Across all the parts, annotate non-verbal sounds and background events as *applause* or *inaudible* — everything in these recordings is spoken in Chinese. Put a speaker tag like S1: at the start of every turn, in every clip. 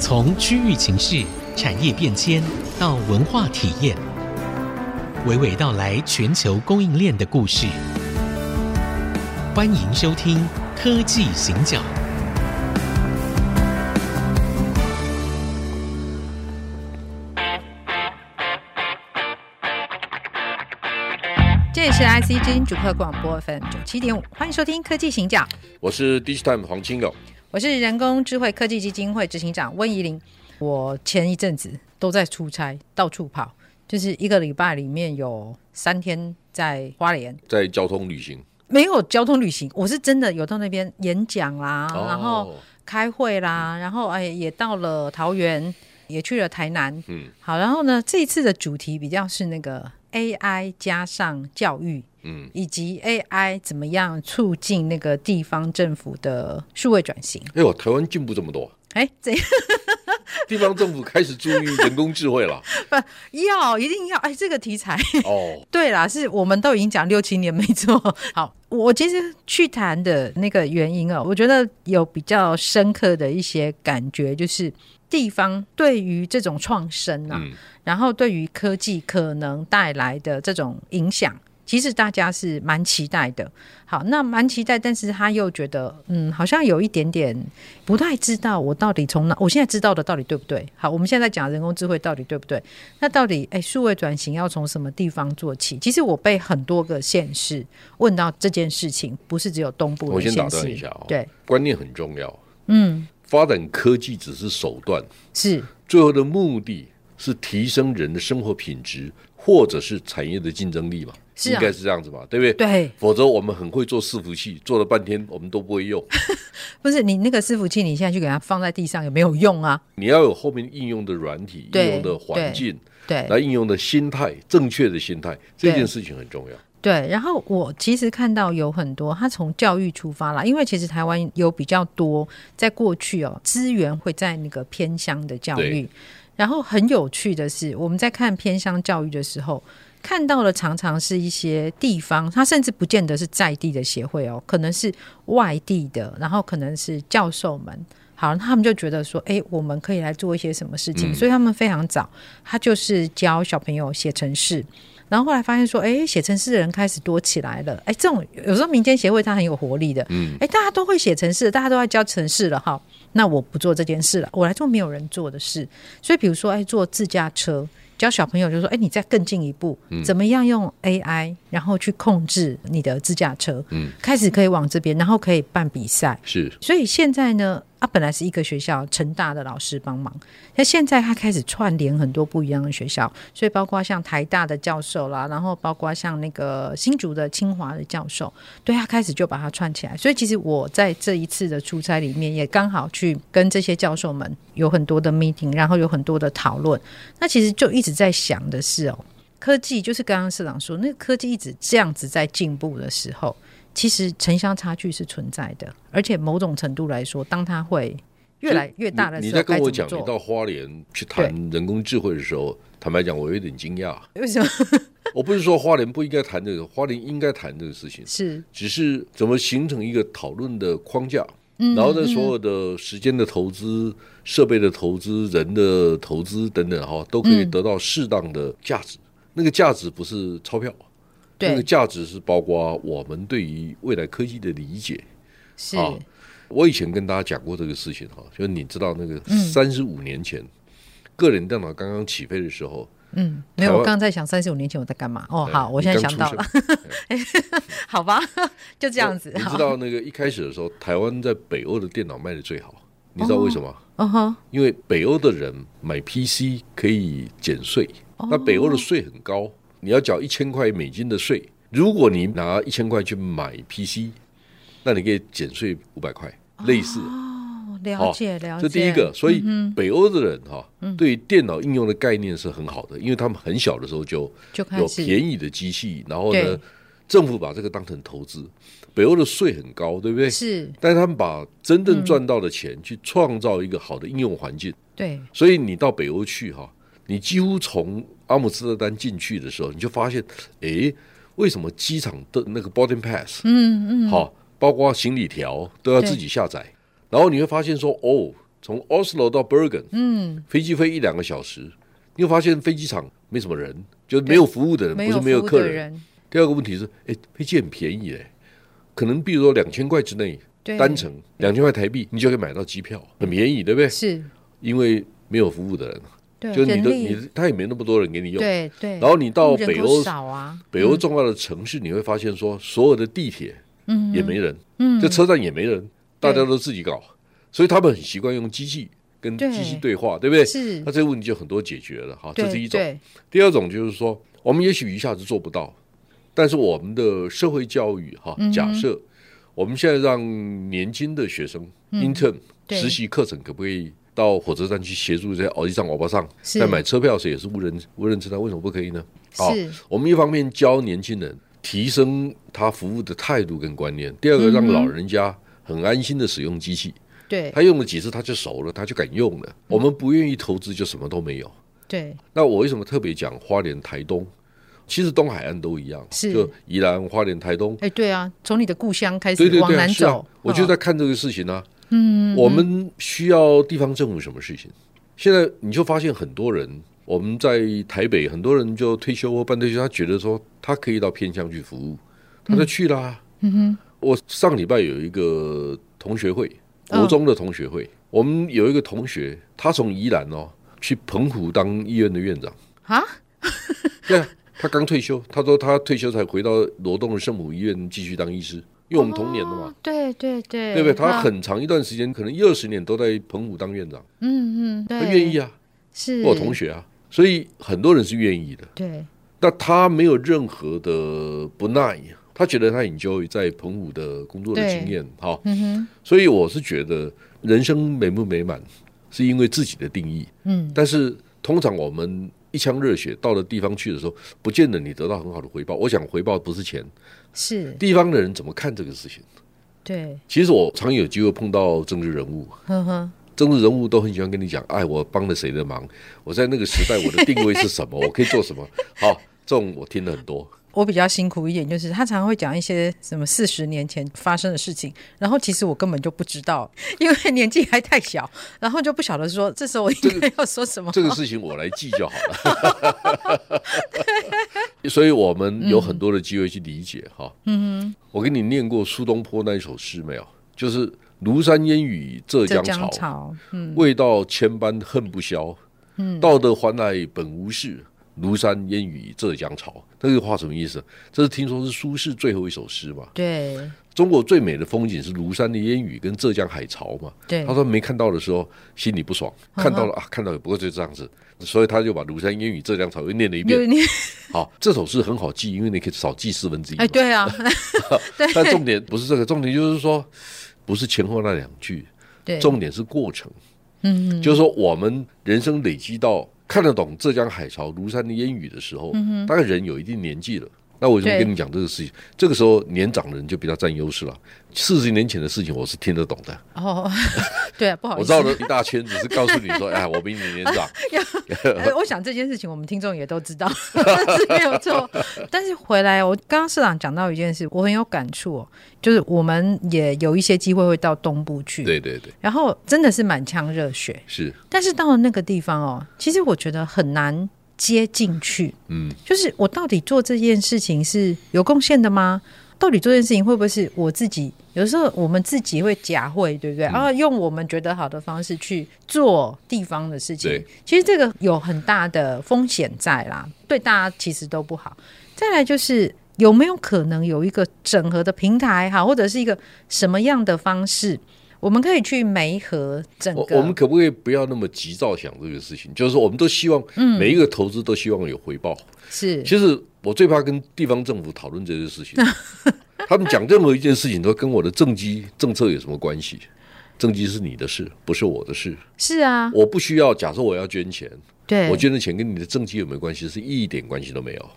S1: 从区域情势、产业变迁到文化体验，娓娓道来全球供应链的故事。欢迎收听《科技行脚》。
S2: 这里是 IC 之音主客广播 FM 九七点五，欢迎收听科技行脚，
S3: 我是 Digitime 黄清友。
S2: 我是人工智慧科技基金会执行长温怡玲。我前一阵子都在出差，到处跑，就是一个礼拜里面有三天在花莲，
S3: 在交通旅行，
S2: 没有交通旅行，我是真的有到那边演讲啦，
S3: 哦
S2: 啊然后开会啦，
S3: 嗯
S2: 然后哎也到了桃园，也去了台南。
S3: 嗯
S2: 好，然后呢，这一次的主题比较是那个 AI 加上教育。
S3: 嗯，
S2: 以及 AI 怎么样促进那个地方政府的数位转型？
S3: 哎呦，台湾进步这么多，
S2: 哎，怎样
S3: 地方政府开始注意人工智
S2: *laughs*
S3: 慧了。
S2: *laughs* 要一定要哎，这个题材 *laughs*
S3: 哦，
S2: 对啦，是我们都已经讲六七年没错。 *laughs* 好，我其实去谈的那个原因哦，我觉得有比较深刻的一些感觉，就是地方对于这种创生啊，
S3: 嗯，
S2: 然后对于科技可能带来的这种影响，其实大家是蛮期待的。好，那蛮期待，但是他又觉得，嗯，好像有一点点不太知道我到底从哪，我现在知道的到底对不对？好，我们现在在讲人工智慧到底对不对？那到底，哎，数位转型要从什么地方做起？其实我被很多个县市问到这件事情，不是只有东部
S3: 我
S2: 的
S3: 先
S2: 县市。
S3: 打断一下哦
S2: 对，
S3: 观念很重要。
S2: 嗯，
S3: 发展科技只是手段，
S2: 是
S3: 最后的目的是提升人的生活品质，或者是产业的竞争力嘛？
S2: 是啊
S3: 应该是这样子嘛，对不对？。
S2: 对，
S3: 否则我们很会做伺服器，做了半天我们都不会
S2: *laughs*
S3: 用。
S2: 不是你那个伺服器，你现在去给它放在地上有没有用啊？
S3: 你要有后面应用的软体、应
S2: 对
S3: 用的环境，
S2: 对，
S3: 来应用的心态，正确的心态，这
S2: 对
S3: 件事情很重要。
S2: 对，然后我其实看到有很多，他从教育出发啦，因为其实台湾有比较多，在过去哦，资源会在那个偏乡的教育
S3: 对。
S2: 然后很有趣的是，我们在看偏乡教育的时候，看到了常常是一些地方，它甚至不见得是在地的协会哦，可能是外地的，然后可能是教授们。好，他们就觉得说，哎，我们可以来做一些什么事情，
S3: 嗯
S2: 所以他们非常早，他就是教小朋友写程式，然后后来发现说，哎，写程式的人开始多起来了。哎，这种有时候民间协会它很有活力的，
S3: 嗯
S2: 哎，大家都会写程式，大家都在教程式了哈。那我不做这件事了，我来做没有人做的事。所以比如说，哎，做自驾车，教小朋友就说，哎，你再更进一步，
S3: 嗯
S2: 怎么样用 AI，然后去控制你的自驾车，
S3: 嗯，
S2: 开始可以往这边，然后可以办比赛。
S3: 是，
S2: 所以现在呢，啊，本来是一个学校，成大的老师帮忙，那现在他开始串联很多不一样的学校，所以包括像台大的教授啦，然后包括像那个新竹的清华的教授，对他开始就把它串起来。所以其实我在这一次的出差里面，也刚好去跟这些教授们有很多的 meeting，然后有很多的讨论。那其实就一直在想的是哦，科技就是刚刚社长说，那个科技一直这样子在进步的时候，其实城乡差距是存在的，而且某种程度来说，当它会越来越大的
S3: 你
S2: 时
S3: 你
S2: 候，
S3: 在
S2: 该
S3: 跟
S2: 怎
S3: 我
S2: 么
S3: 讲，你
S2: 做？
S3: 到花莲去谈人工智慧的时候，坦白讲，我有点惊讶。 *laughs*
S2: 为什么
S3: 我不是说花莲不应该谈这个，花莲应该谈这个事情，
S2: 是？
S3: 只是怎么形成一个讨论的框架，
S2: 嗯
S3: 然后在所有的时间的投资、设备的投资、人的投资等等哈，都可
S2: 嗯
S3: 以得到适当的价值。那个价值不是钞票，那个
S2: 对，
S3: 价值是包括我们对于未来科技的理解。
S2: 是
S3: 啊我以前跟大家讲过这个事情哈，就是你知道那个
S2: 嗯
S3: 三十五年前、个人电脑刚刚起飞的时候，
S2: 嗯，没
S3: 台
S2: 有，
S3: 湾
S2: 我刚刚在想三十五年前我在干嘛？哦，
S3: 哎
S2: 好，我现在
S3: 你刚
S2: 想到
S3: 出
S2: 了
S3: 生，
S2: *laughs* 好吧，就这样子。
S3: 你
S2: 好
S3: 知道那个一开始的时候，台湾在北欧的电脑卖的最好，你知道为什么？
S2: 嗯哼，
S3: 因为北欧的人买 PC 可以减税，
S2: 哦
S3: 那北欧的税很高，你要缴一千块美金的税。如果你拿一千块去买 PC，那你可以减税五百块，类似。
S2: 哦，了解了解。嗯
S3: 这第一个，所以北欧的人哈、对电脑应用的概念是很好的，因为他们很小的时候就
S2: 就开
S3: 有
S2: 始
S3: 便宜的机器，然后呢
S2: 对，
S3: 政府把这个当成投资。北欧的税很高，对不对？
S2: 是，嗯
S3: 但是他们把真正赚到的钱去创造一个好的应用环境，
S2: 对，
S3: 所以你到北欧去哈、你几乎从阿姆斯特丹进去的时候，你就发现，诶，为什么机场的那个 boarding pass，
S2: 嗯嗯，嗯
S3: 好、包括行李条都要自己下载，然后你会发现说，哦，从 Oslo 到 Bergen，嗯，飞机飞一两个小时，你会发现飞机场没什么人，就是没有服务的人，
S2: 没
S3: 不是
S2: 有
S3: 没有
S2: 服务
S3: 客
S2: 的
S3: 人。
S2: 人，
S3: 第二个问题是，哎，飞机很便宜哎，可能比如说两千块之内
S2: 对，
S3: 单程两千块台币，你就可以买到机票，很便宜，对不对？
S2: 是，
S3: 因为没有服务的人，啊
S2: 对，
S3: 就是你
S2: 人
S3: 的
S2: 力
S3: 你他也没那么多人给你用。
S2: 对对，
S3: 然后你到
S2: 人
S3: 北
S2: 口
S3: 欧
S2: 少啊，
S3: 北欧重要的城市，你会发现说，所有的地铁
S2: 嗯
S3: 也没人，这车站也没人，大家都自己搞，所以他们很习惯用机器跟
S2: 对
S3: 机器对话，对不对？
S2: 是
S3: 那这个问题就很多解决了哈，这
S2: 对
S3: 是一种。
S2: 对
S3: 第二种就是说，我们也许一下子做不到，但是我们的社会教育哈，
S2: 嗯
S3: 假设我们现在让年轻的学生、intern
S2: 嗯对
S3: 实习课程，可不可以到火车站去协助这些奥哦利上、欧巴上
S2: 是
S3: 在买车票时也是无人无人车站，为什么不可以呢？好
S2: 是
S3: 我们一方面教年轻人提升他服务的态度跟观念，第二个让老人家很安心的使用机
S2: 嗯
S3: 器，
S2: 对
S3: 他用了几次他就熟了，他就敢用
S2: 嗯
S3: 了。我们不愿意投资就什么都没有。
S2: 对
S3: 那我为什么特别讲花莲、台东？其实东海岸都一样，
S2: 是
S3: 就宜兰、花莲、台东，
S2: 哎，对啊，从你的故乡开
S3: 对
S2: 始
S3: 对
S2: 往
S3: 对、啊，
S2: 南
S3: 是啊
S2: 走，，
S3: 我就
S2: 嗯
S3: 在看这个事情啊。嗯，我们需要地方政府什么事情？现在你就发现很多人，我们在台北，很多人就退休或半退休，他觉得说他可以到偏乡去服务，他就去啦。嗯哼，我上礼拜有一个同学会，
S2: 嗯
S3: 国中的同学会，我们有一个同学，他从宜兰哦去澎湖当医院的院长。
S2: 啊，
S3: 对啊，他刚退休，他说他退休才回到罗东的圣母医院继续当医师，因为我们同年的嘛，
S2: 哦对对对，
S3: 对不对？
S2: 那
S3: 他很长一段时间，可能一二十年都在澎湖当院长，
S2: 嗯嗯，
S3: 他
S2: 对，
S3: 愿意啊，
S2: 是
S3: 我有同学啊，所以很多人是愿意的。
S2: 对
S3: 那他没有任何的不耐，他觉得他 enjoy 在澎湖的工作的
S2: 对
S3: 经验，好，
S2: 嗯哼，
S3: 所以我是觉得人生美不美满是因为自己的定义，
S2: 嗯，
S3: 但是通常我们一腔热血到了地方去的时候，不见得你得到很好的回报。我想回报不是钱，
S2: 是
S3: 地方的人怎么看这个事情？
S2: 对，
S3: 其实我常有机会碰到政治人物，
S2: 呵呵，
S3: 政治人物都很喜欢跟你讲，哎，我帮了谁的忙？我在那个时代我的定位是什么？我可以做什么？好，这种我听了很多。
S2: 我比较辛苦一点，就是他常常会讲一些什么四十年前发生的事情，然后其实我根本就不知道， *laughs* 因为年纪还太小，然后就不晓得说这时候我应 *laughs* 该要说什么。
S3: 这个事情我来记就好了。 *laughs* 所以我们有很多的机会去理解哈。嗯我给你念过苏东坡那一首诗没有？就是“庐山烟雨浙
S2: 浙
S3: 江
S2: 江
S3: 潮，
S2: 潮，嗯，
S3: 味道千般恨不消。道得还来本无事，庐山烟雨浙江潮。”这句话什么意思？这是听说是苏轼最后一首诗嘛？
S2: 对
S3: 中国最美的风景是庐山的烟雨跟浙江海潮嘛？
S2: 对嗯
S3: 他，说没看到的时候心里不爽，看到了啊，看到也不过就这样子，所以他就把《庐山烟雨浙江潮》又念了一
S2: 有
S3: 遍。
S2: 你
S3: 好，这首诗很好记，因为你可以少记四分之一嘛。
S2: 哎，对
S3: *laughs*
S2: 啊，
S3: 但重点不是这个，重点就是说，不是前后那两句，
S2: 对，
S3: 重点是过程。嗯，就是说我们人生累积到看得懂浙江海潮、庐山的烟雨的时候，大概人有一定年纪了。那我为什么
S2: 嗯对
S3: 跟你讲这个事情？这个时候年长的人就比较占优势了。四十年前的事情我是听得懂的，
S2: 哦， *laughs* 对啊，不好
S3: 我
S2: 意思，
S3: 绕了一大圈，只是告诉你
S2: *laughs*
S3: 说，哎，我比你年长。
S2: 哎，我想这件事情我们听众也都知道是没有错。但是回来，我刚刚社长讲到一件事，我很有感触、哦，就是我们也有一些机会会到东部去，
S3: 对对对，
S2: 然后真的是满腔热血，
S3: 是
S2: 但是到了那个地方哦，其实我觉得很难接进去。
S3: 嗯，
S2: 就是我到底做这件事情是有贡献的吗？到底做这件事情会不会是我自己？有时候我们自己会假会，对不
S3: 嗯
S2: 对？然后用我们觉得好的方式去做地方的事情
S3: 对，
S2: 其实这个有很大的风险在啦，对大家其实都不好。再来就是有没有可能有一个整合的平台哈，或者是一个什么样的方式，我们可以去媒合整
S3: 我
S2: 个
S3: 我们可不可以不要那么急躁想这个事情？就是说我们都希望
S2: 嗯
S3: 每一个投资都希望有回报。
S2: 是
S3: 其实我最怕跟地方政府讨论这些
S2: *laughs*
S3: 事情，他们讲任何一件事情都跟我的政绩政策有什么关系？政绩是你的事，不是我的事。
S2: 是啊，
S3: 我不需要。假设我要捐钱，
S2: 对，
S3: 我捐的钱跟你的政绩有没有关系？是一点关系都没有。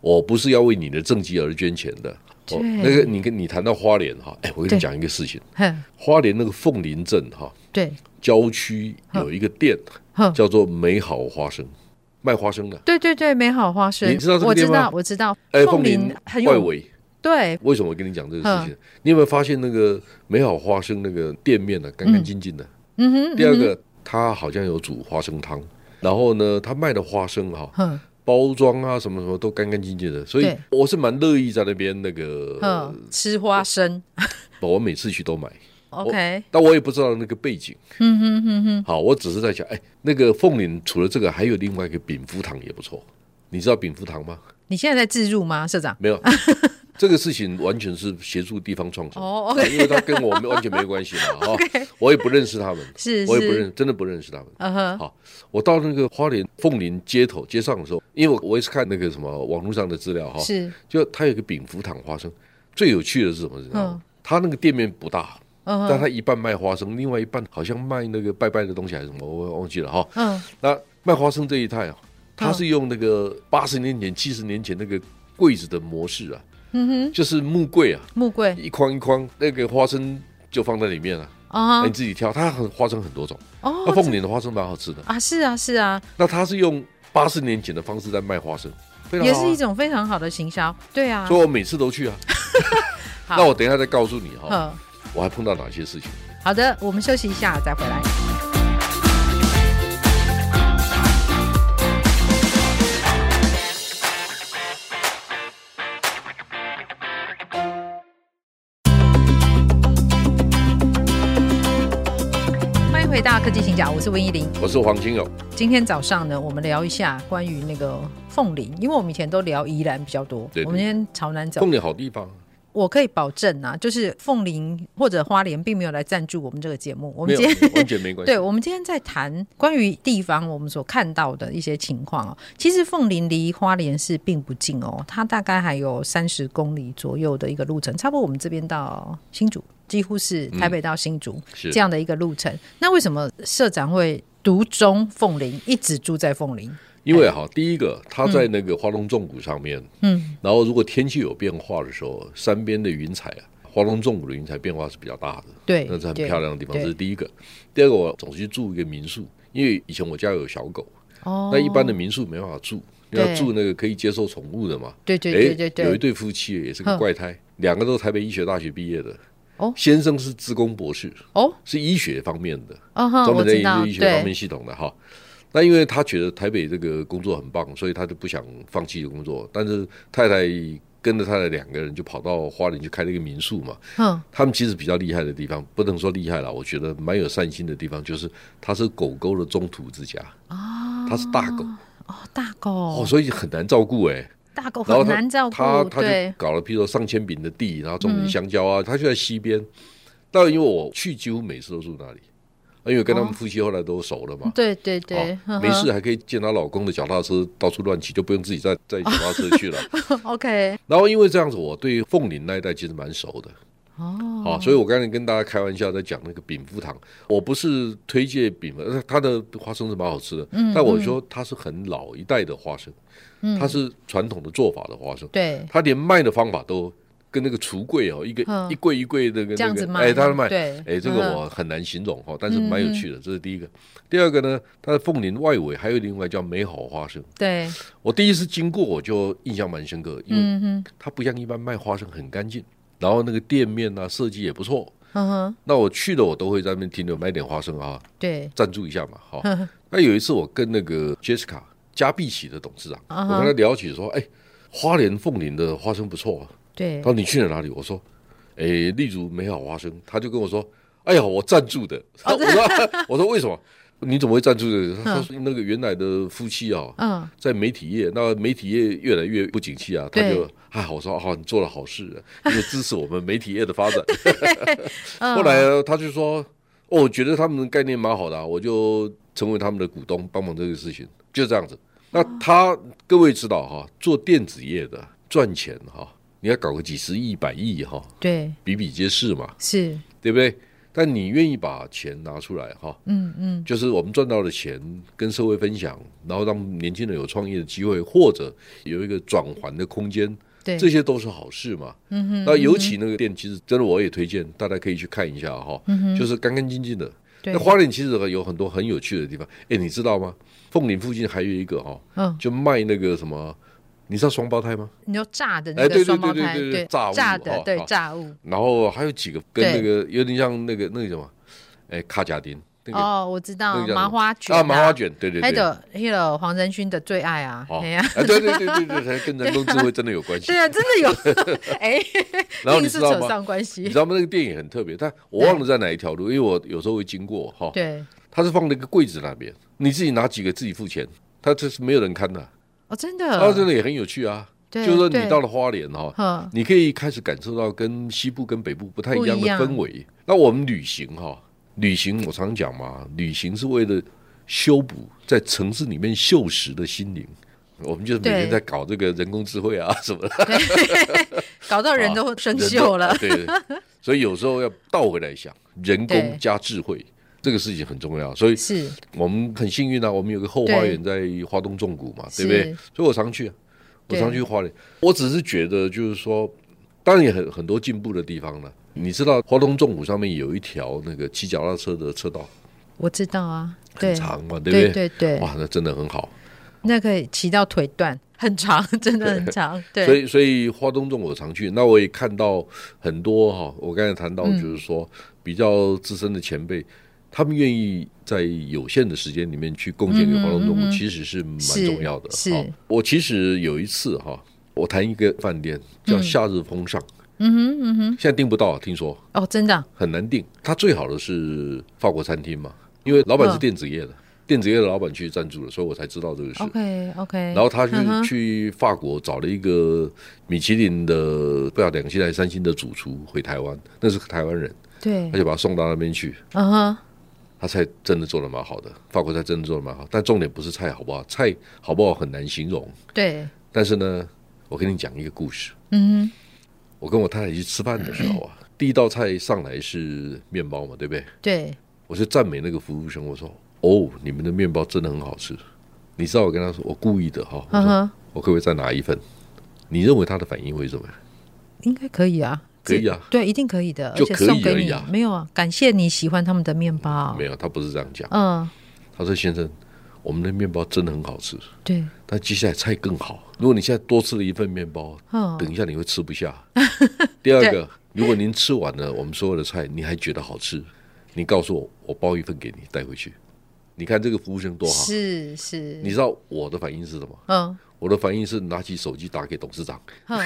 S3: 我不是要为你的政绩而捐钱的。我
S2: 对
S3: 那个你跟你谈到花莲哈，哎，我跟
S2: 对
S3: 你讲一个事情，
S2: 哼，
S3: 花莲那个凤林镇哈，
S2: 对，
S3: 郊区有一个店
S2: 哼，
S3: 叫做美好花生，卖花生的。
S2: 对对对，美好花生，
S3: 你知道这个
S2: 我知
S3: 店吗
S2: 道，我知道，
S3: 哎，
S2: 凤
S3: 凤
S2: 林
S3: 林
S2: 很
S3: 外
S2: 有
S3: 围，
S2: 对，
S3: 为什嗯么我跟你讲这个事情？你有没有发现那个美好花生那个店面呢、干干净净的，嗯哼。第二个，他好像有煮花生汤，然后呢，他卖的花生哈、
S2: 哼，
S3: 包装啊什么什么都干干净净的，所以
S2: 对
S3: 我是蛮乐意在那边那个，
S2: 哼，嗯吃花生
S3: 我每次去都买。
S2: ，OK，
S3: 但我也不知道那个背景。嗯哼哼哼。好，我只是在想，哎，那个凤岭除了这个，还有另外一个饼福堂也不错。你知道饼福堂吗？
S2: 你现在在自入吗，社长？
S3: 没
S2: *laughs*
S3: 有，这个事情完全是协助地方创生。
S2: 哦
S3: 啊因为他跟我们完全没关系
S2: *laughs*
S3: 嘛，哈、哦我也不认识他们，
S2: 是
S3: 我也不
S2: 是
S3: 认，真的不认识他们。
S2: 嗯哼，
S3: 好，我到那个花莲凤林街头街上的时候，因为我我也是看那个什么网络上的资料哈，
S2: 是，
S3: 就它有一个饼福堂花生，最有趣的是什么？你知
S2: 嗯
S3: 道吗？它那个店面不大，
S2: 嗯
S3: 但
S2: 哼，
S3: 他一半卖花生，另外一半好像卖那个拜拜的东西还是什么，我忘记了哈。
S2: 嗯，
S3: 那卖花生这一派啊，他是用那个八十年前、七十年前那个柜子的模式啊，
S2: 嗯哼，
S3: 就是木柜啊，
S2: 木柜
S3: 一筐一筐那个花生就放在里面啊，
S2: 啊
S3: 那你，自己挑。它很花生很多种，那
S2: 哦，
S3: 凤岭的花生蛮好吃的。
S2: 啊，是啊，是啊，
S3: 那他是用八十年前的方式在卖花生，非常
S2: 也
S3: 好
S2: 是
S3: 啊
S2: 一种非常好的行销，对啊，
S3: 所以我每次都去啊。
S2: *laughs* 好
S3: 那我等一下再告诉你哈，
S2: 嗯，
S3: 我还碰到哪些事情。
S2: 好的，我们休息一下再回来。欢迎回到科技行脚，我是温依玲。
S3: 我是黄金友，
S2: 今天早上呢，我们聊一下关于那个凤林，因为我们以前都聊宜兰比较多，
S3: 对对
S2: 我们今天朝南走
S3: 凤。岭好地方啊，
S2: 我可以保证啊，就是凤林或者花莲并没有来赞助我们这个节目。我
S3: 没
S2: 们
S3: 有
S2: 今天
S3: 完全没关
S2: *laughs*
S3: 系。
S2: 对，我们今天在谈关于地方我们所看到的一些情况哦。其实凤林离花莲市并不近哦，它大概还有三十公里左右的一个路程，差不多我们这边到新竹，几乎是台北到新竹、
S3: 嗯是
S2: 这样的一个路程。那为什么社长会独中凤林，一直住在凤林？
S3: 因为哈，第一个，它在那个花东纵谷上面，
S2: 嗯，
S3: 然后如果天气有变化的时候，山边的云彩啊，花东纵谷的云彩变化是比较大的，
S2: 对，
S3: 那是很
S2: 对
S3: 漂亮的地方，
S2: 对
S3: 这是第一个。第二个，我总是住一个民宿，因为以前我家有小狗，
S2: 哦，
S3: 那一般的民宿没办法住，因为
S2: 对
S3: 要住那个可以接受宠物的嘛。
S2: 对对
S3: 诶
S2: 对对
S3: 有一
S2: 对，
S3: 对夫妻也是个
S2: 哼
S3: 怪胎，两个都是台北医学大学毕业的，
S2: 哦
S3: 先生是职工博士，
S2: 哦，
S3: 是医学方面的，
S2: 哦哈，
S3: 专
S2: 我
S3: 门在
S2: 知
S3: 研
S2: 道，
S3: 究医学方
S2: 对
S3: 面，系统的哈。那因为他觉得台北这个工作很棒，所以他就不想放弃工作。但是太太跟着太太两个人就跑到花莲去开了一个民宿嘛。
S2: 嗯，
S3: 他们其实比较厉害的地方，不能说厉害了，我觉得蛮有善心的地方，就是它是狗狗的中途之家，
S2: 啊，
S3: 它是大狗
S2: 哦，大
S3: 哦，
S2: 狗，
S3: 所以很难照顾哎、
S2: 大狗
S3: 然后
S2: 很
S3: 他
S2: 难照
S3: 他
S2: 顾，嗯
S3: 他就
S2: 对，
S3: 搞了，譬如说上千饼的地，然后种点香蕉啊，他就在西边。但因为我去几乎每次都住那里，因为跟他
S2: 哦
S3: 们夫妻后来都熟了嘛，
S2: 对对对，
S3: 哦
S2: 呵呵
S3: 啊没事还可以见她老公的脚踏车到处乱骑，就不用自己再再脚踏车去了。 *laughs*
S2: OK，
S3: 然后因为这样子，我对凤岭那一带其实蛮熟的，
S2: 哦，
S3: 好、所以我刚才跟大家开玩笑在讲那个饼福堂，我不是推荐饼福，呃它的花生是蛮好吃的，
S2: 嗯
S3: 但我说它是很老一代的花生，它是传统的做法的花生，
S2: 对，
S3: 它连卖的方法都。跟那个橱柜哦，一个
S2: 嗯
S3: 一柜一柜的跟
S2: 这
S3: 那
S2: 样子
S3: 个，
S2: 卖，
S3: 哎，它卖，
S2: 对，
S3: 哎，这个
S2: 嗯
S3: 我很难形容哈，但是蛮有趣的，这是第一个。第二个呢，它的凤林外围还有另外叫美好花生，
S2: 对，
S3: 我第一次经过我就印象蛮深刻，因为
S2: 嗯哼，
S3: 它不像一般卖花生很干净，然后那个店面啊设计也不错。
S2: 嗯哼，
S3: 那我去了，我都会在那边停留买点花生啊，
S2: 对，
S3: 赞助一下嘛，哈。
S2: 呵呵
S3: 那有一次我跟那个 Jessica 加碧奇的董事长，
S2: 啊
S3: 我
S2: 哈
S3: 跟他聊起说，哎，花莲凤林的花生不错啊，
S2: 对
S3: 他，说你去了哪里？我说，诶，例如美好花生，他就跟我说，哎呀，我赞助的。 *laughs* 我说，我说为什么？你怎么会赞助的？他说那个原来的夫妻啊，
S2: 嗯，
S3: 在媒体业，那媒体业越来越不景气啊，他
S2: 对
S3: 就啊，我说啊，你做了好事啊，
S2: *laughs*
S3: 因为支持我们媒体业的发展。
S2: 嗯
S3: *laughs* 后来呢他就说，哦，我觉得他们的概念蛮好的、啊，我就成为他们的股东，帮忙这个事情，就这样子。那他各位知道哈、做电子业的赚钱哈、你要搞个几十亿、百亿哈、
S2: 对，
S3: 比比皆是嘛，
S2: 是，
S3: 对不对？但你愿意把钱拿出来哈、
S2: 嗯嗯，
S3: 就是我们赚到的钱跟社会分享，然后让年轻人有创业的机会，或者有一个转环的空间，
S2: 对，
S3: 这些都是好事嘛。嗯哼，那尤其那个店，其实真的我也推荐大家可以去看一下哈，就是干干净净的。
S2: 嗯对
S3: 那，花莲其实有很多很有趣的地方，哎，你知道吗？凤岭附近还有一个哈，
S2: 嗯，
S3: 就卖那个什么，你知道双胞胎吗？
S2: 你说炸的
S3: 哎
S2: 那
S3: 对
S2: 个
S3: 对
S2: 双胞
S3: 对对
S2: 胎，
S3: 对对
S2: 对，
S3: 炸物
S2: 炸的，
S3: 哦
S2: 对
S3: 哦，
S2: 炸物，
S3: 然后还有几个跟
S2: 对
S3: 那个有点像那个那个什么，哎，卡贾丁，那个
S2: 哦，我知道
S3: 那个叫什么
S2: 麻花卷
S3: 啊，麻花，卷，对对
S2: 还
S3: 对，
S2: 有那个黄仁勋的最爱啊，
S3: 哦
S2: 哎呀，啊
S3: 啊，对对对对对，还跟人工智慧真的有关
S2: *laughs*
S3: 系
S2: 对。啊，真的
S3: *laughs*
S2: 有，哎，
S3: 然后
S2: 硬
S3: 你
S2: 是
S3: 知道
S2: 扯
S3: 吗？
S2: 上关
S3: 你
S2: 系
S3: 知，道吗？那个电影很特别，但我忘了在哪一条路，因为我有时候会经过哈。
S2: 对，
S3: 它是放在一个柜子那边，你自己拿几个自己付钱，它这是没有人看的。
S2: 哦，真
S3: 它真
S2: 的，
S3: 的也很有趣啊，就
S2: 对
S3: 是说你
S2: 对
S3: 到了花莲哈，
S2: 呵，
S3: 你可以开始感受到跟西部跟北部不太一样
S2: 不一
S3: 的
S2: 样
S3: 氛围。那我们旅行哈、旅行我常讲嘛，旅行是为了修补在城市里面锈蚀的心灵。我们就是每
S2: 对
S3: 天在搞这个人工智慧啊什么的，
S2: 搞到人都生锈了
S3: 啊人，都 *laughs* 对，对所以有时候要倒回来想，人
S2: 对
S3: 工加智慧这个事情很重要。所以
S2: 是
S3: 我们很幸运啊，我们有个后花园在花东纵谷嘛，对不对
S2: 是？
S3: 所以我常去啊，我
S2: 对
S3: 常去花莲。我只是觉得就是说，当然也很很多进步的地方了。你知道花东纵谷上面有一条那个骑脚踏车的车道，
S2: 我知道啊，对
S3: 很，长嘛，对不
S2: 对对对，
S3: 哇，那真的很好。
S2: 那可以骑到腿断，很长， *laughs* 真的很长，
S3: 所
S2: 对，
S3: 以所以花东纵我常去，那我也看到很多哈、我刚才谈到
S2: 嗯
S3: 就是说、比较资深的前辈，他们愿意在有限的时间里面去贡献给花东纵
S2: 嗯嗯嗯
S3: 谷，
S2: 嗯
S3: 其实是蛮
S2: 是
S3: 重要的。
S2: 是
S3: 哈我其实有一次哈、我谈一个饭店叫夏日风尚，嗯哼嗯哼，现在订不到，听说
S2: 哦，真的啊
S3: 很难订。它最好的是法国餐厅嘛，因为老板
S2: 嗯
S3: 是电子业的，电子业的老板去赞助了，所以我才知道这个事。
S2: ，OK OK，
S3: 然后他
S2: 嗯哼
S3: 就去法国找了一个米其林的，不晓得两星还是三星的主厨回台湾，那是个台湾人，
S2: 对
S3: 他，就把他送到那边去，
S2: 嗯哼，
S3: 他菜真的做的蛮好的，法国菜真的做的蛮好，但重点不是菜好不好，菜好不好很难形容。
S2: 对，
S3: 但是呢，我跟你讲一个故事，
S2: 嗯
S3: 我跟我太太去吃饭的时
S2: *clears throat*
S3: 候啊，第一道菜上来是面包嘛，对不对
S2: 哼，？对，
S3: 我就赞美那个服务生，我说：“哦，你们的面包真的很好吃。”你知道我跟他说，我故意的哈、我
S2: 嗯
S3: 说
S2: 哼，
S3: 我可不可以再拿一份？你认为他的反应会怎么样？
S2: 应该可以啊。
S3: 可以啊
S2: 这对，一定可以的，而
S3: 就
S2: 且
S3: 可以
S2: 送给
S3: 而已
S2: 你
S3: 啊
S2: 没有啊？感谢你喜欢他们的面包
S3: 没，有，他不是这样讲。
S2: 嗯，
S3: 他说：“先生，我们的面包真的很好吃，
S2: 对，
S3: 但接下来菜更好。如果你现在多吃了一份面包，
S2: 嗯，
S3: 等一下你会吃不下。第二个，如果您吃完了我们所有的菜，你还觉得好吃，你告诉我，我包一份给你带回去。你看这个服务生多好。
S2: 是是，
S3: 你知道我的反应是什么？
S2: 嗯，
S3: 我的反应是拿起手机打给董事长。
S2: 哼，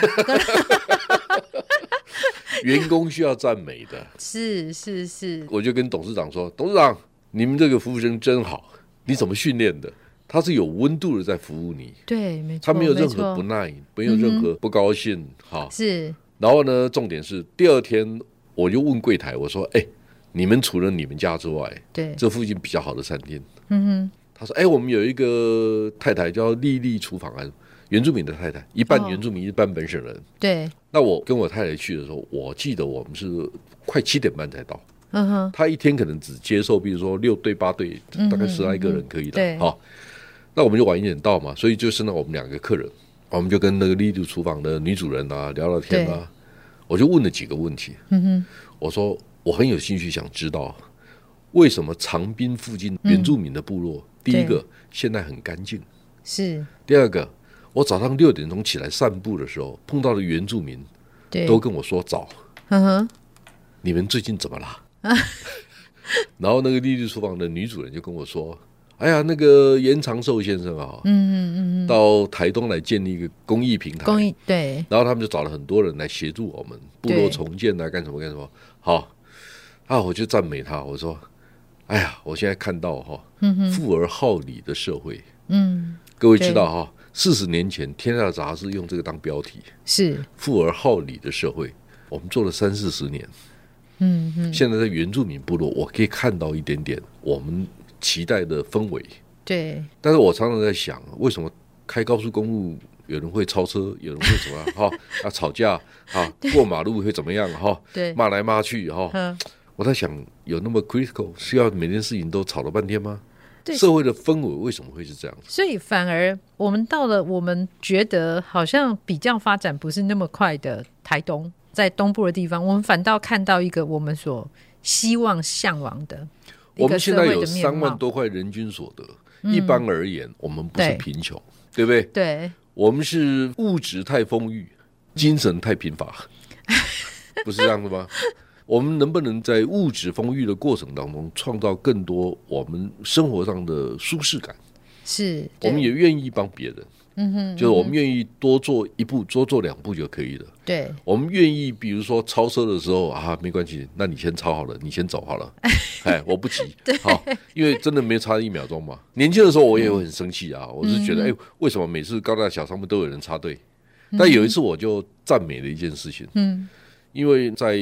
S2: *laughs*
S3: 员工需要赞美的，
S2: 是是是，
S3: 我就跟董事长说：“董事长，你们这个服务生真好，你怎么训练的？他是有温度的在服务你，
S2: 对，没错，
S3: 他没有任何
S2: 错嗯
S3: 不耐，没有任何不高兴，哈、
S2: 是，
S3: 然后呢，重点是第二天我就问柜台，我说：‘哎，你们除了你们家之外，
S2: 对，
S3: 这附近比较好的餐厅
S2: 嗯哼，？’
S3: 他说：‘哎，我们有一个太太叫丽丽厨房啊，原住民的太太，一半
S2: 哦
S3: 原住民，一半本省人。
S2: 对，
S3: 那我跟我太太去的时候，我记得我们是快七点半才到。”
S2: 嗯哼，
S3: 他一天可能只接受，比如说六对八对，
S2: 嗯
S3: 大概十来个人可以
S2: 对
S3: 的。好，那我们就晚一点到嘛，所以就剩了我们两个客人，我们就跟那个丽露厨房的女主人啊聊聊天啊，我就问了几个问题。
S2: 嗯哼，
S3: 我说我很有兴趣想知道，为什么长滨附近
S2: 嗯
S3: 原住民的部落，第一个现在很干净，
S2: 是，
S3: 第二个我早上六点钟起来散步的时候碰到的原住民
S2: 对，
S3: 都跟我说早，
S2: 嗯哼，
S3: 你们最近怎么
S2: *laughs*
S3: 啦？然后那个丽丽厨房的女主人就跟我说：“哎呀，那个严长寿先生啊，
S2: 嗯嗯嗯嗯，
S3: 到台东来建立一个公益平台，
S2: 公益，对，
S3: 然后他们就找了很多人来协助我们部
S2: 对
S3: 落重建啊，干什么干什么。好啊，我就赞美他，我说：哎呀，我现在看到哈、富而好礼的社会，
S2: 嗯，
S3: 各位
S2: 对
S3: 知道哈、四十年前《天下杂志》用这个当标题，
S2: 是，
S3: 富而好礼的社会，我们做了三四十年。”
S2: 嗯嗯，
S3: 现在在原住民部落，我可以看到一点点我们期待的氛围。
S2: 对，
S3: 但是我常常在想，为什么开高速公路有人会超车，有人会怎
S2: *laughs*
S3: 么样？哈、啊，吵架啊，过马路会怎么样？哈、
S2: 对
S3: 骂来骂去哈、
S2: 嗯，
S3: 我在想，有那么 critical 需要每件事情都吵了半天吗？
S2: 对
S3: 社会的氛围为什么会是这样子？
S2: 所以反而我们到了我们觉得好像比较发展不是那么快的台东，在东部的地方，我们反倒看到一个我们所希望向往的一
S3: 我
S2: 个
S3: 们
S2: 社
S3: 现在
S2: 会
S3: 有
S2: 的面
S3: 三万
S2: 貌。嗯
S3: 多块人均所得，一般而言，我们不是
S2: 对
S3: 贫穷，对不对？
S2: 对，
S3: 我们是
S2: *laughs*
S3: 物质太丰裕，精神太贫乏，不是这样的吗？我们能不能在物质丰裕的过程当中，创造更多我们生活上的舒适感？
S2: 是，
S3: 我
S2: 对
S3: 们也愿意帮别人，
S2: 嗯哼，
S3: 就是我们愿意多做一步，多做两步就可以了。
S2: 对，
S3: 我们愿意，比如说超车的时候啊，没关系，那你先超好了，你先走
S2: *laughs*
S3: 好了，哎，我不急，好，因为真的没差一秒钟嘛。年轻的时候我也会很生气啊，我是觉
S2: 嗯
S3: 得，哎，为什么每次高大小上面都有人插队？但有一次我就赞美了一件事情，
S2: 嗯，
S3: 因为在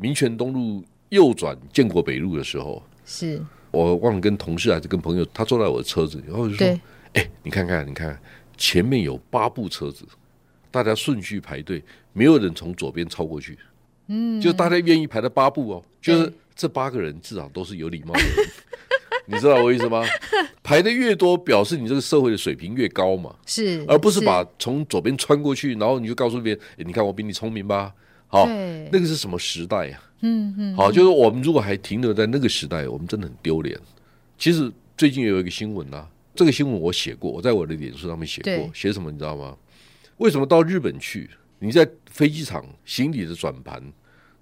S3: 民权东路右转建国北路的时候，
S2: 是，
S3: 我忘了跟同事还是跟朋友，他坐在我的车子里，然后我就说
S2: 对，
S3: 哎，你看看，你看看，前面有八部车子，大家顺序排队，没有人从左边超过去。嗯，就大家愿意排到八步哦，就是
S2: 对
S3: 这八个人至少都是有礼貌的 *laughs* 人，你知道我意思吗？排的越多，表示你这个社会的水平越高嘛，
S2: 是，
S3: 而不是把从左边穿过去，然后你就告诉别人，哎你看我比你聪明吧？好，
S2: 对
S3: 哦那个是什么时代呀、
S2: 嗯嗯，
S3: 好，就是我们如果还停留在那个时代，我们真的很丢脸。其实最近有一个新闻啊，这个新闻我写过，我在我的脸书上面写
S2: 对
S3: 过，写什么你知道吗？为什么到日本去，你在飞机场行李的转盘，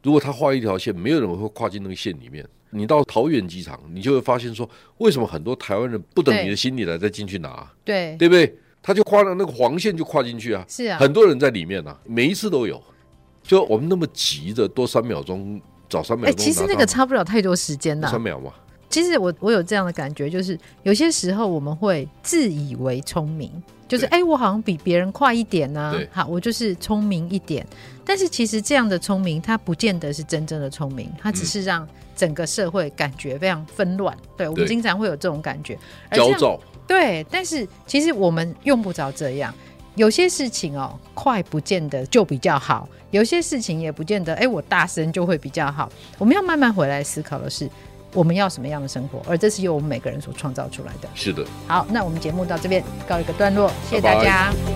S3: 如果他画一条线，没有人会跨进那个线里面。你到桃园机场，你就会发现说，为什么很多台湾人不等
S2: 对
S3: 你的行李来再进去拿，
S2: 对，
S3: 对不对？他就跨到那个黄线就跨进去啊，
S2: 是啊，
S3: 很多人在里面啊，每一次都有。就我们那么急的，多三秒钟，早三秒
S2: 哎，
S3: 钟拿到，
S2: 其实那个差不了太多时间
S3: 多
S2: 呐
S3: 三。秒嘛，
S2: 其实我我有这样的感觉，就是有些时候我们会自以为聪明，就是
S3: 对
S2: 哎、我好像比别人快一点呢、
S3: 对
S2: 好，我就是聪明一点。但是其实这样的聪明，它不见得是真正的聪明，它
S3: 嗯
S2: 只是让整个社会感觉非常纷乱。对我们
S3: 对
S2: 经常会有这种感觉，而这
S3: 焦
S2: 样
S3: 躁，
S2: 对，但是其实我们用不着这样。有些事情哦，快不见得就比较好；有些事情也不见得，哎，我大声就会比较好。我们要慢慢回来思考的是，我们要什么样的生活，而这是由我们每个人所创造出来的。
S3: 是的。
S2: 好，那我们节目到这边告一个段落，谢谢大
S3: 拜拜
S2: 家，拜拜